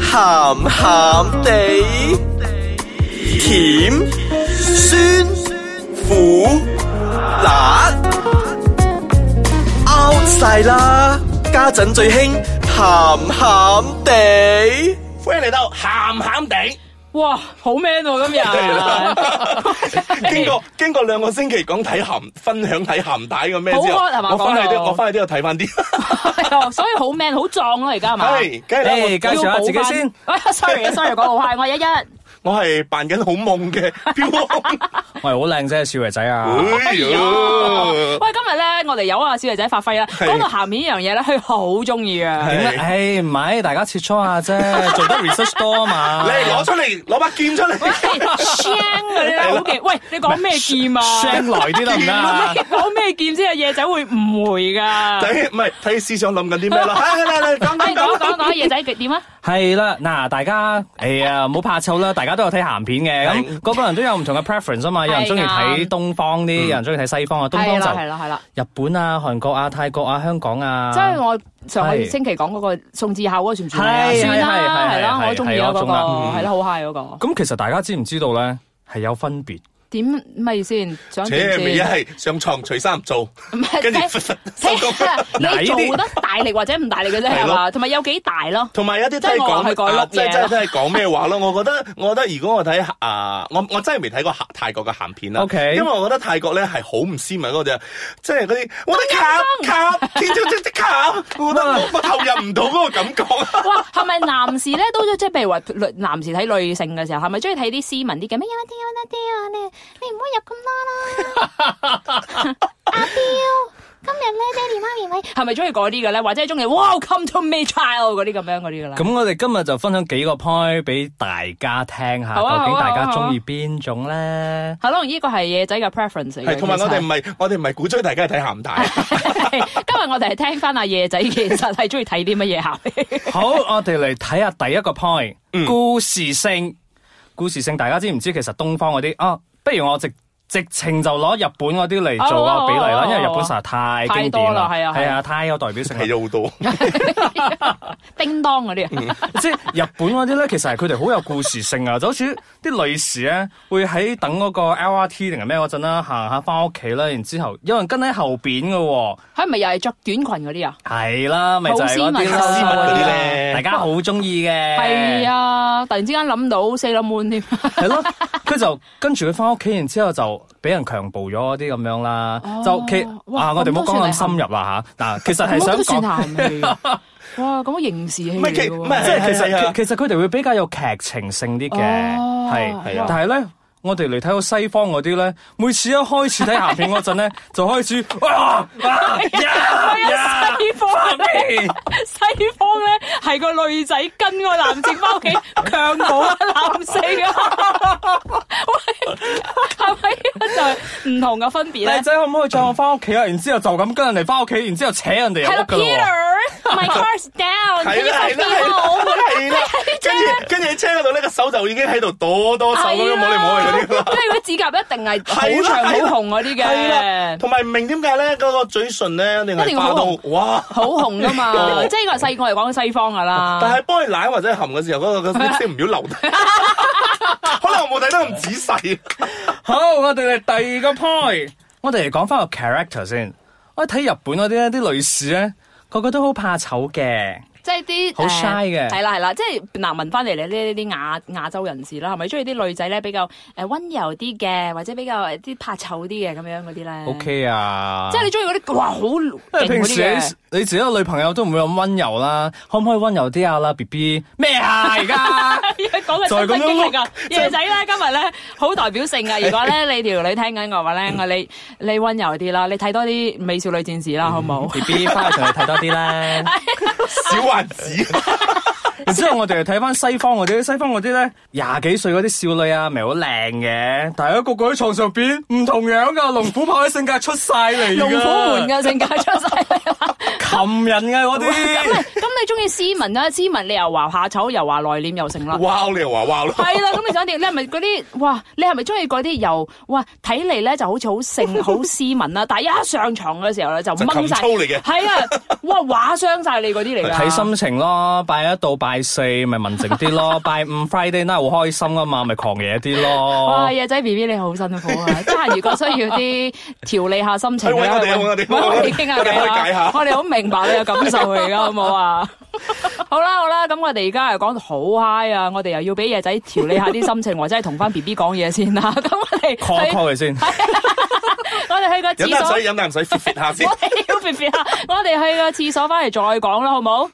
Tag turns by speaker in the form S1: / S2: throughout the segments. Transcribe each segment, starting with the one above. S1: 鹹鹹地，甜酸苦辣 out 晒啦！家陣最興鹹鹹地，
S2: 歡迎嚟到鹹鹹地。
S3: 哇，好 man 喎、 今
S2: 經
S3: 日，
S2: 過經過兩個星期講睇鹹分享睇鹹帶嘅咩之後
S3: 好 hot 係嘛，
S2: 我翻去
S3: 講
S2: 都
S3: 到
S2: 我翻去都有睇 翻啲。
S3: 係啊所以好 man 好壯咯，而家係嘛？
S2: 係，梗係啦，
S4: 誒介紹下自己先。
S3: sorry sorry，講好 high，我一一
S2: 我我係扮緊好夢 嘅標王。
S4: 我係好靚仔嘅少爺仔啊！
S2: 哎呀
S3: 喂，今日咧我哋有啊小肥仔發揮啦，講到鹹片呢樣嘢咧，佢好中意啊。
S4: 點咧？誒唔係，大家切磋下 啫，做得 research 多啊嘛。
S2: 你攞出嚟，攞把劍出嚟。
S3: 聲嗰啲咧好 勁，喂，你講咩劍啊？
S4: 聲來啲得唔得啊
S3: 你？講咩劍先啊？夜仔會誤會 㗎。
S2: 睇唔係睇思想諗緊啲咩 啦？嚟嚟嚟，講
S3: 哎
S2: 講
S3: 講
S2: 講
S3: 講講夜仔點啊？
S4: 係啦，嗱，大家哎呀，唔好怕醜啦，大家都有睇鹹片嘅，咁個個人都有唔同嘅 preference 啊嘛，有人中意睇東方啲，有人中意睇西方啊，東
S3: 嗯係啦係
S4: 方
S3: 啦係啦，
S4: 就日本啊、韓國啊、泰國啊、香港啊，
S3: 即係我上個
S4: 係
S3: 星期講嗰個宋智孝嗰個算唔算啊？
S4: 係
S3: 算啦，
S4: 係係
S3: 係啦，
S4: 係
S3: 我中意啊
S4: 係
S3: 嗰
S4: 我
S3: 個，
S4: 中啊
S3: 係啦，好 high 嗰個。
S4: 咁其實大家知唔知道咧？係有分別，
S3: 點咪先？想點
S2: 切咪一
S3: 先？
S2: 係上床除衫做，
S3: 唔係
S2: 跟 住
S3: 睇
S2: 收工
S3: 睇
S4: 嗱
S3: 你
S4: 呢啲
S3: 做得大力或者唔大力嘅啫，
S2: 係
S3: 係
S2: 咯
S3: 嘛？同埋有幾大咯？
S2: 同埋有啲
S3: 即
S2: 真
S3: 係
S2: 係
S3: 我係改
S2: 講，啊
S3: 碌嘢
S2: 即係真係真係講咩話咯？ 我覺得，我覺得如果我睇啊，我我真係未睇過鹹泰國嘅鹹片啦。
S4: OK
S2: 因為我覺得泰國咧係好唔斯文嗰隻，即係嗰啲我啲卡卡天朝即即卡，我覺得我我投入唔到嗰個感覺。啊
S3: 哇，係咪男士咧都即係譬如話女男士睇女性嘅時候，係咪中意睇啲斯文啲嘅咩？有一啲有一啲啊，你
S5: 哎
S3: 你唔好入咁多啦。阿彪，今日咧爹哋媽咪咪係咪中意嗰啲嘅咧？或者係中意 Welcome to me child 嗰啲咁樣嗰啲嘅啦？
S4: 咁我哋今日就分享幾個 point 俾大家聽下，
S3: 好啊
S4: 究竟
S3: 好啊
S4: 大
S3: 好
S4: 家
S3: 啊
S4: 中意邊種咧？
S3: 係咯，呢個係野仔嘅 preference 嚟嘅。
S2: 係，同埋我哋唔
S3: 其實
S2: 係我哋唔係鼓吹大家去睇鹹帶。
S3: 今日我哋係聽翻阿夜仔，其實係中意睇啲乜嘢鹹片
S4: 好，我哋嚟睇下第一個 point，、故
S3: 嗯
S4: 事性。故事性，大家知唔知其實東方嗰啲啊？不如我直直情就攞日本嗰啲嚟做
S3: 哦哦
S4: 個比例
S3: 哦
S4: 啦，因為日
S3: 哦
S4: 本實在太
S3: 太
S4: 經
S3: 多
S4: 典
S3: 啦
S4: 啦，
S3: 係啊係
S4: 係
S3: 啊
S4: 啊，太有代表
S2: 係
S4: 性啦。
S2: 咗好多，
S3: 叮當嗰啲啊，
S4: 即係日本嗰啲咧，其實係佢哋好有故事性啊，就好似啲女士咧會喺等嗰個 LRT 定係咩嗰陣啦，行下翻屋企啦，然之後有人跟喺後邊嘅喎，
S3: 係咪又係着短裙嗰啲啊？
S4: 係啦，咪就係嗰啲
S3: 好斯文
S2: 嗰
S4: 啦，
S2: 啲咧
S4: 大家好中意嘅，
S3: 係啊！突然之間諗到 Sailor Moon 添，
S4: 係咯，佢就跟住佢翻屋企，然之後就俾人強暴咗嗰啲咁樣啦。就其
S3: 哦哇
S4: 啊，我哋唔好
S3: 咁都
S4: 講
S3: 算係
S4: 咁深入啦吓。嗱，其 實係
S3: 咁
S4: 想
S3: 都算
S4: 講，
S3: 鹹戲啊。哇！咁刑事戲
S2: 唔係其
S3: 嚟
S2: 唔
S3: 嘅
S2: 係
S3: 喎，
S4: 即係其
S2: 係啊
S4: 實其其實佢哋會比較有劇情性啲嘅，
S3: 哦
S4: 係
S3: 係啊。
S4: 但係咧，我哋嚟睇到西方嗰啲咧，每次一開始睇鹹片嗰陣 咧，就開始哇啊哇呀 呀
S3: 西方咧，西方咧係個女仔跟個男性翻 屋企強暴啊男性啊，喂，係咪就係唔同嘅分別咧
S4: 靚？仔可唔可以載我翻屋企啊？然之後就咁跟人哋翻屋企，然之後扯人哋入
S3: 係啦
S4: 屋噶啦。
S3: ，Peter，my car's
S2: 係
S3: down，
S2: 啦係啦係啦係啦，跟住跟住喺車嗰度咧個手就已經喺度哆哆手咁
S3: 啊
S2: 樣摸嚟摸去嗰啲啦。
S3: 即係嗰啲指甲一定係好
S2: 係啦
S3: 長好
S2: 係啦
S3: 紅嗰啲
S2: 係啦，
S3: 嘅，
S2: 同埋唔明點解咧，嗰個嘴唇咧，定
S3: 啊一定
S2: 係
S3: 要
S2: 化
S3: 好啊
S2: 到
S3: 紅
S2: 哇！
S3: 好紅噶嘛，
S2: 哦
S3: 即係呢個係細個嚟講嘅西方噶啦。
S2: 但係幫你舐或者含嘅時候，嗰、 個個色唔要流。可能我冇睇得咁仔細。啊
S4: 好，我哋嚟第二個 point，我哋嚟講翻個 character 先。我睇日本嗰啲咧，啲女士咧，個個都好怕醜嘅。
S3: 即係啲
S4: 好
S3: 誒
S4: shy 嘅
S3: 係啦係啦，即係嗱問翻嚟你呢啲亞亞洲人士啦，係咪中意啲女仔咧比較誒温柔啲嘅，或者比較誒啲怕醜啲嘅咁樣嗰啲咧
S4: OK 啊，
S3: 嗯即係你中意嗰啲哇好勁
S4: 因為
S3: 嗰
S4: 平
S3: 啲
S4: 時
S3: 嘅，
S4: 你你自己個女朋友都唔會咁温柔啦，可唔可以温柔啲啊啦，B B 咩啊 而家？
S3: 講嘅
S4: 就
S3: 親
S4: 係
S3: 身
S4: 咁樣
S3: 經歷啊
S4: 咯！
S3: 夜仔咧今日咧好代表性啊！如果咧你條女聽緊我話咧，我你你温柔啲啦，你睇多啲美少女戰士啦，好唔好？
S4: B B 翻去同你睇多啲啦。
S2: 小丸子，啊
S4: 然之後我哋嚟睇翻西方嗰啲，西方嗰啲咧廿幾歲嗰啲少女啊，咪好靚嘅，但係一個個喺床上邊唔同樣噶，龍虎豹嘅性格出晒嚟㗎，
S3: 龍虎門嘅性格出晒嚟啦！
S4: 擒人嘅嗰啲。
S3: 咁啊你中意斯文啦，斯文你又話下醜，又話內斂，又成啦。
S2: 哇！你又話哇咯。
S3: 係啦，咁你想點？你係咪嗰啲哇？你係咪中意嗰啲又哇？睇嚟咧就好似好性好斯文啦，但係一上床嘅時候咧就
S2: 就
S3: 掹
S2: 擒
S3: 晒，
S2: 粗嚟嘅
S3: 係啊，哇畫傷晒你嗰啲嚟㗎。
S4: 睇心情咯，拜一到拜拜四咪文靜啲 咯，拜五 Friday night 好開心啊嘛，咪狂野啲咯
S2: 哦
S3: 哇，。夜仔 B B 你好辛苦 啊！得閒如果需要啲調理下心情
S2: 去搵我哋啊搵我哋
S3: 搵我哋傾下
S2: 我哋
S3: 偈
S2: 開解
S3: 啦
S2: 下。
S3: 我哋好明白你嘅感受嚟噶，好冇 啊？好啦好啦，咁我哋而家又講到好 high 啊！我哋又要俾夜仔調理下啲心情，或者係同翻 B B 講嘢 先啦。咁我哋
S4: call
S3: 去
S4: call 佢先，
S3: 我哋去個
S2: 飲
S3: 廁
S2: 啖
S3: 所，
S2: 水，飲啖水 fit fit 下先
S3: 我。哋要 B B 啊！我哋去個廁所翻嚟再講啦，好冇？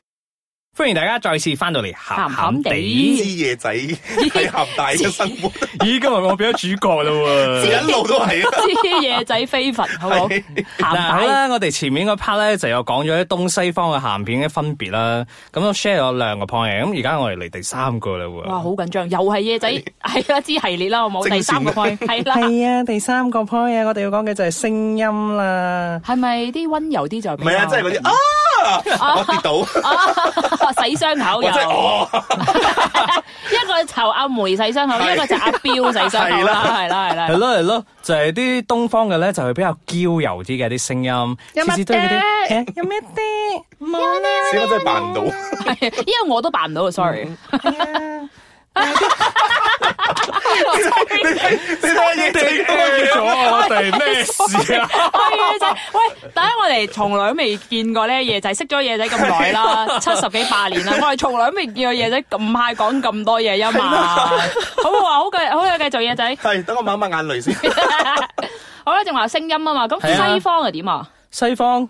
S4: 歡迎大家再次翻到嚟鹹鹹
S3: 鹹鹹
S4: 地
S3: 地。
S2: 知夜仔喺鹹大嘅生活，
S4: 咦，今日我變咗主角啦 喎！
S2: 一路都係啊。
S3: 知夜仔非佛，好冇？
S2: 係
S3: 鹹
S4: 嗱好
S3: 帶
S4: 啦，我哋前面嗰 part 咧就有講咗啲東西方嘅鹹片嘅分別啦，咁我 share 咗兩個 point，嘅咁而家我哋嚟第三個啦喎。
S3: 哇，好緊張，又係夜仔，係啦，知系列啦，好冇？
S2: 正
S3: 第三個
S2: 線
S3: point 係啦。
S4: 係啊，第三個 point 啊，我哋要講嘅就係聲音啦。
S3: 係咪啲温柔啲就
S2: 唔
S3: 比較？
S2: 係啊，即係嗰啲啊，我跌倒，我
S3: 啲 洗傷口又
S2: 真係哦，
S3: 啊一個就阿梅洗傷口，
S2: 係
S3: 一個就阿彪洗傷口
S2: 係
S3: 啦
S2: 啦，
S3: 係啦係啦
S4: 係。咯係咯，就係啲東方嘅咧，就係比較嬌柔啲嘅啲聲音，次次都係嗰啲誒有咩啲冇啦，
S2: 死我真係扮唔到。
S3: 係因為我都扮唔到啊，sorry。
S2: 你睇 你睇嘢整
S4: 咗我哋咩事啊？
S3: 喂，夜仔，喂，第一我哋從來都未見過咧，夜仔識咗夜仔咁 耐啦，七十幾八年啦，我哋從來都未見過夜仔咁快講咁多嘢啊 嘛。好唔好啊？好嘅，好嘅，繼續夜仔。
S2: 係，等我抹一抹眼淚先。
S3: 好啦，仲話聲音啊嘛，咁
S4: 係啊
S3: 西方係點啊？
S4: 西方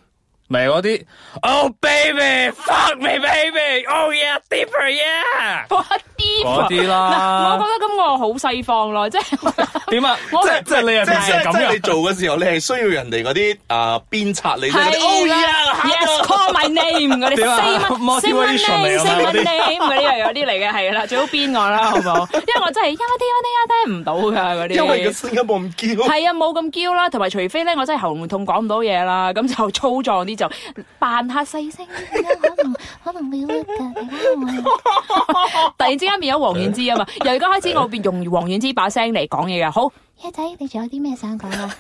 S4: 咪嗰啲 Oh baby fuck me baby Oh yeah deeper yeah
S3: 嗰啲
S4: 嗰啲
S2: 啊
S3: 我
S4: 啦，
S3: 覺得咁我好西方咯，即係。
S4: 點啊？
S3: 我
S4: 即係即係你又
S2: 哦即
S4: 變成
S2: 係即係
S4: 咁
S2: 你做嘅時候，你係需要人哋嗰啲啊鞭策你，即係嗰啲
S3: 係啊
S2: Oh
S3: 啦
S2: yeah，
S3: ，Yes call my name 嗰啲
S4: 點啊
S3: say my say my
S4: Motivation 嚟
S3: name
S2: 啊
S4: 㗎
S3: say
S4: 嘛
S3: my
S4: 嗰啲
S3: name 嗰啲又有啲嚟嘅，係啦，最好邊我啦，好唔 好？因為我真係一啲一啲一啲唔到㗎嗰啲。
S2: 因為個聲音冇咁嬌，
S3: 係啊，冇咁嬌啦，同埋除非咧，我真係喉嚨痛講唔到嘢啦，咁就粗壯啲就扮下細聲啲
S5: 哎
S3: 啦，可能可能你會突
S2: 哦
S3: 然之間變咗黃遠之啊嘛，由而家開始我變用黃遠之把聲嚟講嘢嘅，好
S5: 一仔，你仲有啲咩想講啊？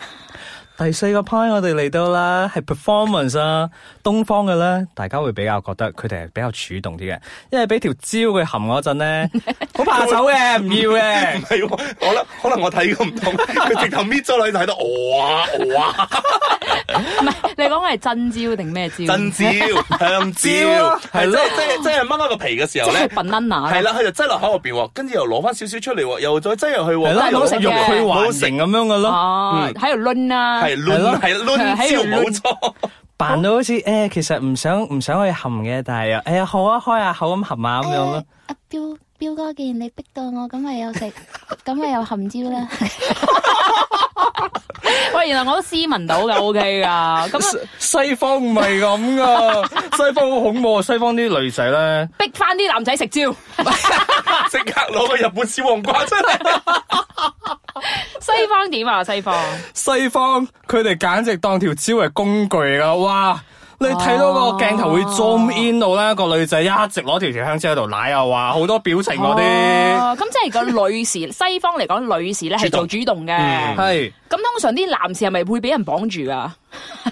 S4: 第四個 point 我哋嚟到啦，係 performance 啊，東方嘅咧，大家會比較覺得佢哋係比較主動啲嘅，因為俾條蕉佢含嗰陣 咧，好怕醜嘅，唔要嘅
S2: 唔。係喎，可能可能我睇過唔同，佢直頭搣咗落去睇到哇哇
S3: 唔係你講我係真招定咩招？
S2: 真蕉香蕉，
S4: 蕉啊係
S2: 係
S4: 咯
S2: 即係即係即係掹開個皮嘅時
S3: 即
S2: 候
S3: 係
S2: 咧。
S3: banana 啦
S2: 係啦，佢就擠落口入邊喎，跟住又攞翻少少出嚟喎，又再擠入去
S4: 係
S2: 喎，
S4: 咯，
S3: 但係冇食嘅
S4: 欲拒還迎咁樣嘅咯，
S3: 哦，喺度抡啦，
S2: 係攣係攣
S3: 係
S2: 蕉
S3: 喺度
S2: 冇錯，
S4: 扮到好似誒、其實唔想唔想去含嘅，但係又哎呀好啊，開下口咁含下咁樣咯
S5: 誒。哎阿彪彪哥，既然你逼到我，咁咪又食，咁咪又含蕉啦。
S3: 喂，原來我都斯文 到噶，OK 噶，咁啊
S4: 西方唔係咁噶， 西方好恐怖啊！西方啲女仔咧，
S3: 逼翻啲男 仔食蕉，
S2: 即刻攞個日本小黃瓜出嚟。
S3: 西方點啊？西方
S4: 西方佢哋簡直當條蕉係工具噶，哇！你睇到個鏡頭會 zoom in 到咧，個女仔一直攞條條香蕉喺度舐啊，哇！好多表情嗰啲，
S3: 哦咁即係個女士， 西方嚟講女士咧係做主動嘅，咁
S4: 係
S3: 通常啲男士係咪會俾人綁 住噶？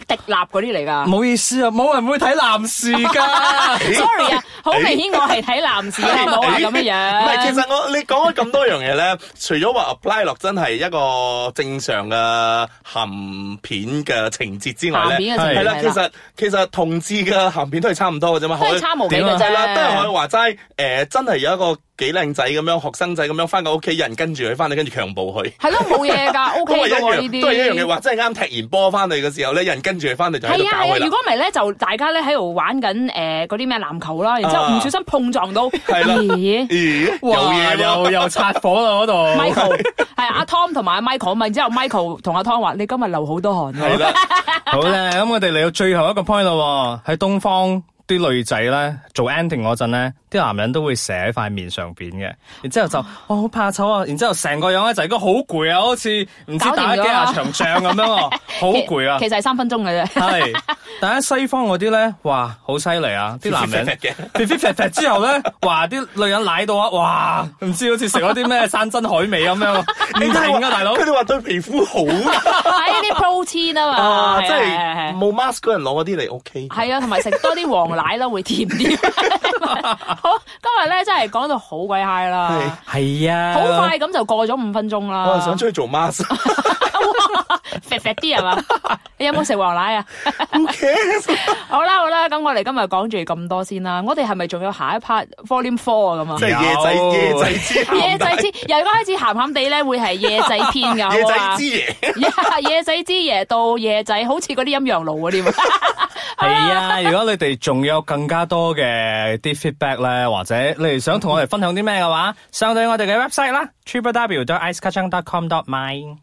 S3: 迪立嗰啲嚟
S4: 唔
S3: 噶。
S4: 好意思啊，冇人會睇男士 噶。
S3: sorry 啊，好明顯我係睇男士啊，冇話咁嘅
S2: 唔係，其
S3: 樣。
S2: 實我你講咗咁多樣嘢咧，除咗話 apply 落真係一個正常嘅鹹片嘅情節之外咧，
S3: 鹹片嘅情節
S2: 係啦，
S3: 係
S2: 其
S3: 啦
S2: 實其實同志嘅鹹片都係差唔多嘅啫嘛，
S3: 都係差無幾嘅
S2: 啊
S3: 啫
S2: 係啦，都係可以話齋誒，真係有一個幾靚仔咁樣學生仔咁樣翻個屋企人跟住佢翻嚟，跟住強暴佢。
S3: 係咯，冇 嘢㗎
S2: 都係
S3: ，OK
S2: 一
S3: 㗎喎呢
S2: 樣，
S3: 啲。
S2: 都係一樣嘅話，真係啱踢完波翻嚟嘅時候咧，人跟住佢翻嚟就喺度
S3: 係啊
S2: 搞
S3: 係
S2: 佢
S3: 啊，如
S2: 啦
S3: 果。唔係咧，就大家咧喺度玩緊誒嗰啲咩籃球啦，然之後唔
S2: 啊
S3: 小心碰撞到，
S2: 係啦
S3: 咦
S2: 咦，有
S4: 哇
S2: 嘢喎！
S4: 又又擦火啦 嗰度。
S3: Michael 係阿 Tom 同埋阿 Michael 嘛，然之後 Michael 同阿 Tom 話：你今日流好多汗
S2: 係
S3: 喎。
S2: 啦，
S4: 好啦，咁我哋嚟到最後一個 point 啦喎，喺東方啲女仔咧做 ending 嗰陣咧，啲男人都會寫喺塊面上邊嘅，然之後就我好怕醜啊，然之後成個樣咧就係個好攰啊，好似唔知
S3: 搞掂
S4: 打幾
S3: 咗啊
S4: 下場仗 咁樣啊，好攰啊
S3: 其。其實係三分鐘 嘅啫。
S4: 係，但喺西方嗰啲咧，哇，好犀利啊！啲男人肥肥肥肥之後咧，哇，啲女人奶到啊，哇，唔知好似食咗啲咩山珍海味咁樣， 唔停啊，大佬
S2: 佢。哋話對皮膚好啊。
S3: 哎係啲 protein 啊嘛，
S2: 啊，
S3: 係
S2: 即
S3: 啊
S2: 係
S3: 係啊係啊
S2: 冇 mask 嗰人攞嗰啲嚟 OK。
S3: 係啊，同埋食多啲黃奶啦，會甜啲。好，今日咧真係講到好鬼 high 啦，
S4: 系啊，
S3: 好快咁就過咗五分鐘啦。
S2: 我係想出去做 mask。
S3: 肥肥啲係嘛？你有冇食黃奶啊？
S2: Who cares？
S3: 好啦好啦，咁我哋今日講住咁多先啦。我哋係咪仲有下一 part Volume Four 啊？咁啊
S2: 即？係夜仔
S4: 有
S2: 夜仔之鹹
S3: 夜仔之由而家開始鹹鹹地咧，會係夜仔篇噶，
S2: 夜
S3: 好
S2: 仔
S3: 啊
S2: 之？夜。
S3: Yeah，夜 仔之夜到夜仔，好似嗰啲陰陽路嗰啲喎。
S4: 系啊！如果你哋仲有更加多嘅啲 feedback 咧，或者你哋想同我哋分享啲咩嘅話，上到我哋嘅 website 啦 t r i p l e w i c e c a c h a n g c o m m y